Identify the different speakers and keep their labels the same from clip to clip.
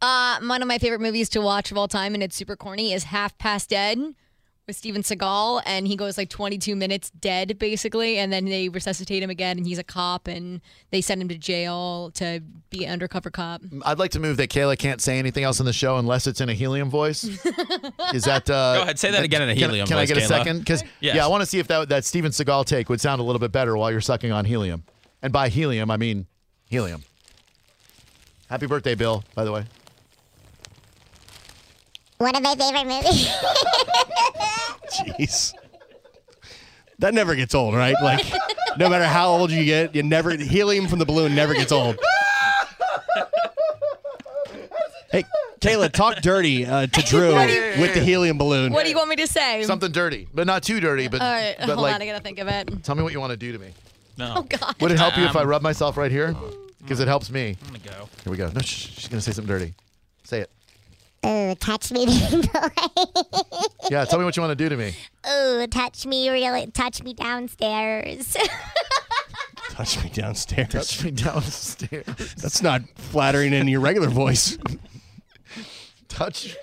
Speaker 1: Uh, one of my favorite movies to watch of all time, and it's super corny, is Half Past Dead with Steven Seagal, and he goes like 22 minutes dead basically, and then they resuscitate him again, and he's a cop, and they send him to jail to be an undercover cop.
Speaker 2: I'd like to move that Kayla can't say anything else in the show unless it's in a helium voice. Is that? Uh,
Speaker 3: Go ahead, say that again in a
Speaker 2: can-
Speaker 3: helium
Speaker 2: Can,
Speaker 3: voice,
Speaker 2: I get
Speaker 3: Kayla.
Speaker 2: a second? Because
Speaker 3: Yes.
Speaker 2: yeah, I want to see if that that Steven Seagal take would sound a little bit better while you're sucking on helium. And by helium, I mean helium. Happy birthday, Bill. By the way,
Speaker 4: One of my favorite movies.
Speaker 5: Jeez. That never gets old, right? Like, no matter how old you get, you never helium from the balloon never gets old. Hey, Kayla, talk dirty uh, to Drew with the helium balloon.
Speaker 1: What do you want me to say?
Speaker 2: something dirty, but not too dirty. But
Speaker 1: all right,
Speaker 2: but
Speaker 1: hold
Speaker 2: like,
Speaker 1: on, I gotta think of it.
Speaker 2: tell me what you want to do to me.
Speaker 3: No.
Speaker 1: Oh God.
Speaker 2: Would it help you if
Speaker 3: Um,
Speaker 2: I rub myself right here? Because it helps me.
Speaker 3: I'm gonna go.
Speaker 2: Here we go. No, shh, she's gonna say something dirty. Say it.
Speaker 4: Ooh, Oh, touch me, boy.
Speaker 2: Yeah, tell me what you want to do to me.
Speaker 4: Ooh, Oh, touch me, really. Touch me downstairs.
Speaker 5: Touch me downstairs.
Speaker 2: Touch me downstairs.
Speaker 5: That's not flattering in your regular voice.
Speaker 2: Touch.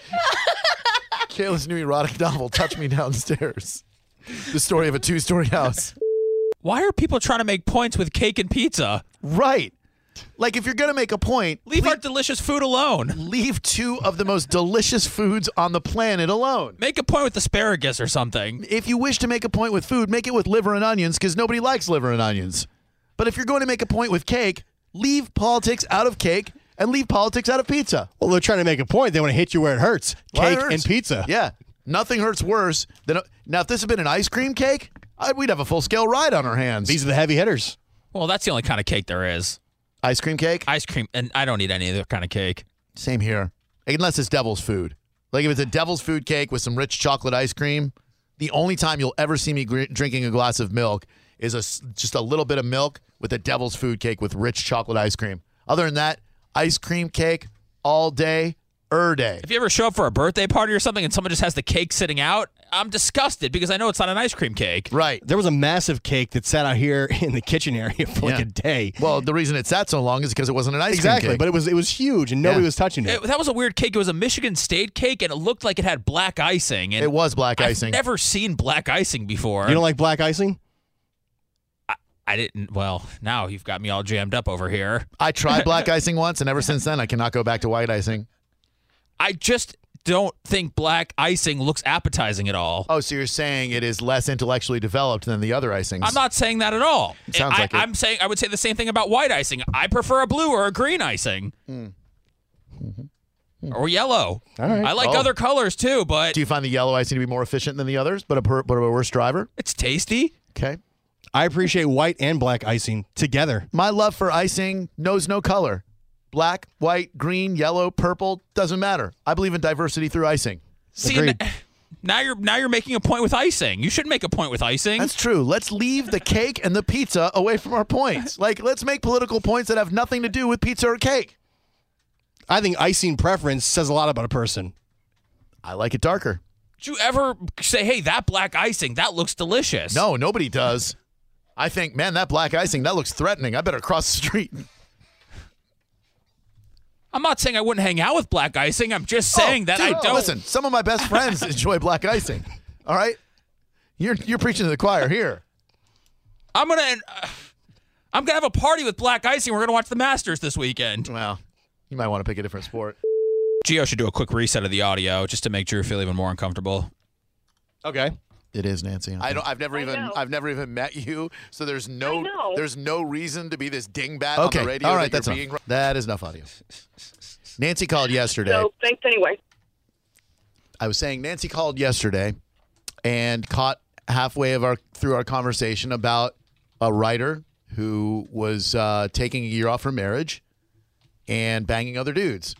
Speaker 2: Kayla's new erotic novel, Touch Me Downstairs. The story of a two story house.
Speaker 3: Why are people trying to make points with cake and pizza?
Speaker 2: Right. Like, if you're going to make a point,
Speaker 3: Leave our delicious food alone.
Speaker 2: leave two of the most delicious foods on the planet alone.
Speaker 3: Make a point with asparagus or something.
Speaker 2: If you wish to make a point with food, make it with liver and onions because nobody likes liver and onions. But if you're going to make a point with cake, leave politics out of cake and leave politics out of pizza.
Speaker 5: Well, they're trying to make a point. They want to hit you where it hurts.
Speaker 2: Why
Speaker 5: Cake
Speaker 2: hurts?
Speaker 5: and pizza.
Speaker 2: Yeah. Nothing hurts worse than. A, now, if this had been an ice cream cake, I, we'd have a full scale ride on our hands.
Speaker 5: These are the heavy hitters.
Speaker 3: Well, that's the only kind of cake there is.
Speaker 2: ice cream cake?
Speaker 3: Ice cream, and I don't eat any other kind of cake.
Speaker 2: Same here. Unless it's devil's food. Like if it's a devil's food cake with some rich chocolate ice cream, the only time you'll ever see me gr- drinking a glass of milk is a s just a little bit of milk with a devil's food cake with rich chocolate ice cream. Other than that, ice cream cake all day, er day.
Speaker 3: If you ever show up for a birthday party or something and someone just has the cake sitting out, I'm disgusted because I know it's not an ice cream cake.
Speaker 2: Right.
Speaker 5: There was a massive cake that sat out here in the kitchen area for like
Speaker 2: Yeah.
Speaker 5: a day.
Speaker 2: Well, the reason it sat so long is because it wasn't an ice
Speaker 5: Exactly,
Speaker 2: cream
Speaker 5: but
Speaker 2: cake.
Speaker 5: it was it was huge and nobody
Speaker 2: Yeah.
Speaker 5: was touching it.
Speaker 3: It- that was a weird cake. It was a Michigan State cake, and it looked like it had black icing. And
Speaker 2: it was black
Speaker 3: I've
Speaker 2: icing.
Speaker 3: never seen black icing before.
Speaker 5: You don't like black icing?
Speaker 3: I didn't. Well, now you've got me all jammed up over here.
Speaker 2: I tried black icing once, and ever since then, I cannot go back to white icing.
Speaker 3: I just don't think black icing looks appetizing at all.
Speaker 2: Oh, so you're saying it is less intellectually developed than the other icings?
Speaker 3: I'm not saying that at all.
Speaker 2: sounds
Speaker 3: I,
Speaker 2: like it.
Speaker 3: I'm saying I would say the same thing about white icing. I prefer a blue or a green icing.
Speaker 2: Hmm.
Speaker 3: Or yellow.
Speaker 5: All right.
Speaker 3: I like
Speaker 2: Oh.
Speaker 3: other colors too, but
Speaker 2: Do you find the yellow icing to be more efficient than the others, but a per, but a worse driver?
Speaker 3: it's tasty.
Speaker 2: Okay.
Speaker 5: I appreciate white and black icing together.
Speaker 2: My love for icing knows no color. Black, white, green, yellow, purple, doesn't matter. I believe in diversity through icing.
Speaker 3: See,
Speaker 5: Agreed.
Speaker 3: n- now you're now you're making a point with icing. You should make a point with icing.
Speaker 2: That's true. Let's leave the cake and the pizza away from our points. Like, let's make political points that have nothing to do with pizza or cake.
Speaker 5: I think icing preference says a lot about a person.
Speaker 2: I like it darker.
Speaker 3: Did you ever say, "Hey, that black icing that looks delicious"?
Speaker 2: No, nobody does. I think, man, that black icing, that looks threatening. I better cross the street.
Speaker 3: I'm not saying I wouldn't hang out with black icing. I'm just saying
Speaker 2: Oh,
Speaker 3: that
Speaker 2: dude,
Speaker 3: I don't.
Speaker 2: Listen, some of my best friends enjoy black icing. All right? You're, you're preaching to the choir here.
Speaker 3: I'm gonna. uh, I'm gonna have a party with black icing. We're gonna watch the Masters this weekend.
Speaker 2: Well, you might want to pick a different sport.
Speaker 3: Geo should do a quick reset of the audio just to make Drew feel even more uncomfortable.
Speaker 5: Okay.
Speaker 2: It is Nancy. I don't. I've never even.
Speaker 6: know.
Speaker 2: I've never even met you. So there's no.
Speaker 6: know.
Speaker 2: There's no reason to be this dingbat
Speaker 5: Okay,
Speaker 2: on the radio.
Speaker 5: all right,
Speaker 2: that
Speaker 5: that's
Speaker 2: you're
Speaker 5: enough.
Speaker 2: being, that is enough audio. Nancy called yesterday.
Speaker 6: So thanks anyway.
Speaker 2: I was saying Nancy called yesterday, and caught halfway of our through our conversation about a writer who was uh, taking a year off her marriage, and banging other dudes,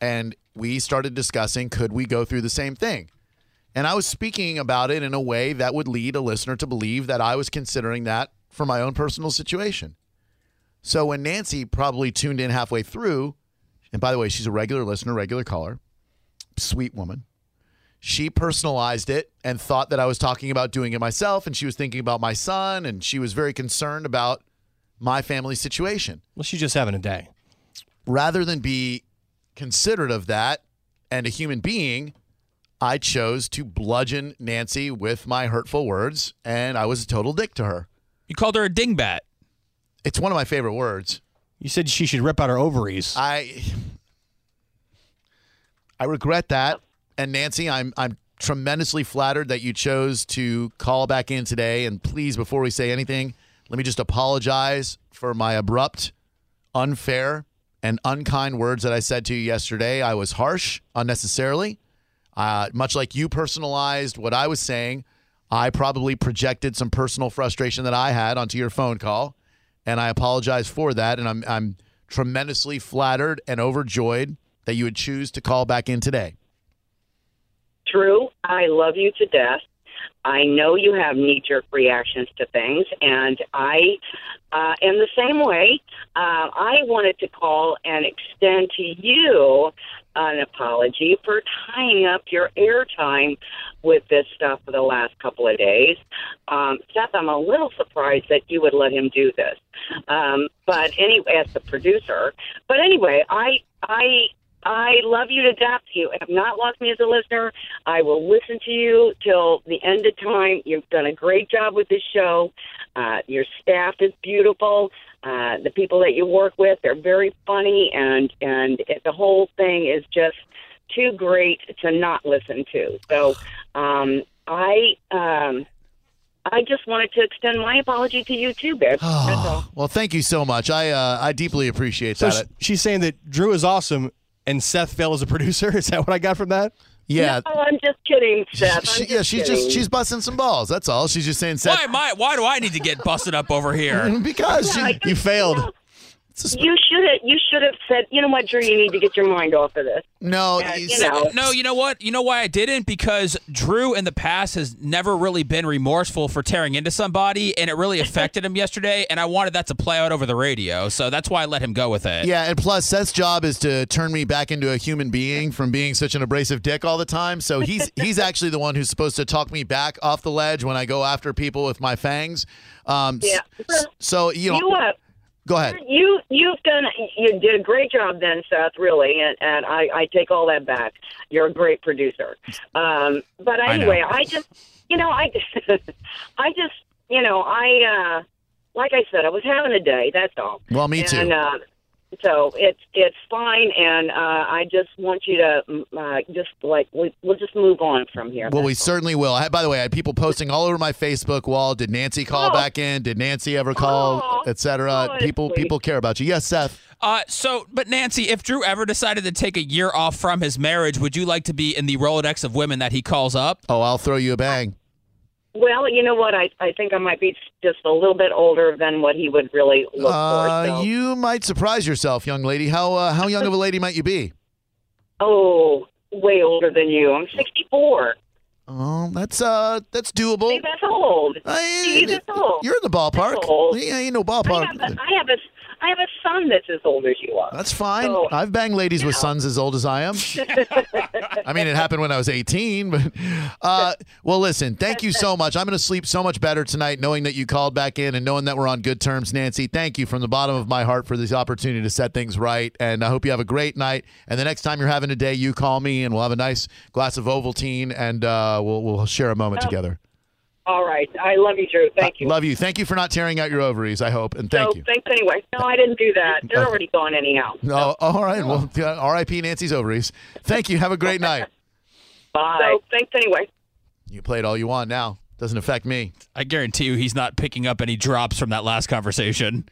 Speaker 2: and we started discussing could we go through the same thing. And I was speaking about it in a way that would lead a listener to believe that I was considering that for my own personal situation. So when Nancy probably tuned in halfway through, and by the way, she's a regular listener, regular caller, sweet woman. She personalized it and thought that I was talking about doing it myself, and she was thinking about my son, and she was very concerned about my family situation
Speaker 5: Well, she's just having a day.
Speaker 2: rather than be considerate of that and a human being, I chose to bludgeon Nancy with my hurtful words, and I was a total dick to her.
Speaker 3: You called her a dingbat.
Speaker 2: It's one of my favorite words.
Speaker 5: You said she should rip out her ovaries.
Speaker 2: I I regret that. And Nancy, I'm I'm tremendously flattered that you chose to call back in today. And please, before we say anything, let me just apologize for my abrupt, unfair, and unkind words that I said to you yesterday. I was harsh unnecessarily. Uh, much like you personalized what I was saying, I probably projected some personal frustration that I had onto your phone call, and I apologize for that. And I'm I'm tremendously flattered and overjoyed that you would choose to call back in today.
Speaker 6: Drew, I love you to death. I know you have knee jerk reactions to things, and I uh, am the same way. Uh, I wanted to call and extend to you an apology for tying up your airtime with this stuff for the last couple of days. Um, Seth, I'm a little surprised that you would let him do this. Um, but anyway, as the producer, but anyway, I, I, I love you to death. You have not lost me as a listener. I will listen to you till the end of time. You've done a great job with this show. Uh, your staff is beautiful. Uh, the people that you work with, they're very funny, and and it, the whole thing is just too great to not listen to. So um, I um, I just wanted to extend my apology to you too, babe.
Speaker 2: Ah.
Speaker 6: That's all.
Speaker 2: Well, thank you so much. I uh, I deeply appreciate
Speaker 5: so
Speaker 2: that.
Speaker 5: sh- she's saying that Drew is awesome and Seth fell as a producer. Is that what I got from that?
Speaker 2: yeah.
Speaker 6: Oh, I'm just kidding, Seth. I'm
Speaker 2: She-
Speaker 6: just
Speaker 2: yeah, she's
Speaker 6: kidding.
Speaker 2: just she's busting some balls. That's all. She's just saying Seth
Speaker 3: Why am I? Why do I need to get busted up over here?
Speaker 2: because she,
Speaker 5: You failed.
Speaker 6: You should have. You should have said. You know what, Drew? You need to get your mind off of this.
Speaker 2: no,
Speaker 6: Yeah, you
Speaker 2: Seth-
Speaker 6: know.
Speaker 3: No, you know what? You know why I didn't? Because Drew in the past has never really been remorseful for tearing into somebody, and it really affected him yesterday. And I wanted that to play out over the radio, so that's why I let him go with it.
Speaker 2: Yeah, and plus Seth's job is to turn me back into a human being from being such an abrasive dick all the time. So he's he's actually the one who's supposed to talk me back off the ledge when I go after people with my fangs. Um, s-
Speaker 6: Yeah.
Speaker 2: s- So you know,
Speaker 6: You have.
Speaker 2: go ahead.
Speaker 6: You you've done. You did a great job then, Seth. Really, and, and I, I take all that back. You're a great producer. Um, but
Speaker 3: I know.
Speaker 6: anyway, I, just. You know, I. I just. You know, I. Uh, like I said, I was having a day. That's all.
Speaker 2: Well, me too.
Speaker 6: And, uh, so it's it's fine, and uh, I just want you to mm, uh, just like we, we'll just move on from here.
Speaker 2: Well, we
Speaker 6: That's all.
Speaker 2: certainly will. I, by the way, I had people posting all over my Facebook wall. Did Nancy call
Speaker 6: Oh.
Speaker 2: back in? Did Nancy ever call,
Speaker 6: Oh.
Speaker 2: etc.
Speaker 6: Oh,
Speaker 2: People
Speaker 6: sweet.
Speaker 2: people care about you. Yes, Seth.
Speaker 3: Uh, so, but Nancy, if Drew ever decided to take a year off from his marriage, would you like to be in the Rolodex of women that he calls up?
Speaker 2: Oh, I'll throw you a bang.
Speaker 6: Well, you know what? I I think I might be just a little bit older than what he would really look
Speaker 2: Uh,
Speaker 6: for. So.
Speaker 2: You might surprise yourself, young lady. How uh, how young of a lady might you be?
Speaker 6: Oh, way older than you. I'm 64.
Speaker 2: Oh, that's uh, that's doable.
Speaker 6: See, that's old.
Speaker 2: I- uh,
Speaker 6: See, that's old.
Speaker 2: You're in the ballpark.
Speaker 6: That's old.
Speaker 2: Yeah, ain't no
Speaker 6: I have, a,
Speaker 2: ballpark.
Speaker 6: I have a I have a son that's as old as you are.
Speaker 2: That's fine.
Speaker 6: So-
Speaker 2: I've banged ladies with sons as old as I am. I mean, it happened when I was 18, but uh, well, listen, thank you so much. I'm going to sleep so much better tonight knowing that you called back in and knowing that we're on good terms, Nancy. Thank you from the bottom of my heart for this opportunity to set things right. And I hope you have a great night. And the next time you're having a day, you call me and we'll have a nice glass of Ovaltine and uh, we'll, we'll share a moment together.
Speaker 6: All right. I love you, Drew. Oh, Thank you.
Speaker 2: Love you. Thank you for not tearing out your ovaries, I hope. And thank
Speaker 6: so,
Speaker 2: you.
Speaker 6: thanks anyway. No, I didn't do that. They're already gone anyhow.
Speaker 2: No, Oh, all right. Well, uh, R.I.P. Nancy's ovaries. Thank you. Have a great night.
Speaker 6: Bye. So, thanks anyway.
Speaker 2: You played all you want now. Doesn't affect me.
Speaker 3: I guarantee you, he's not picking up any drops from that last conversation.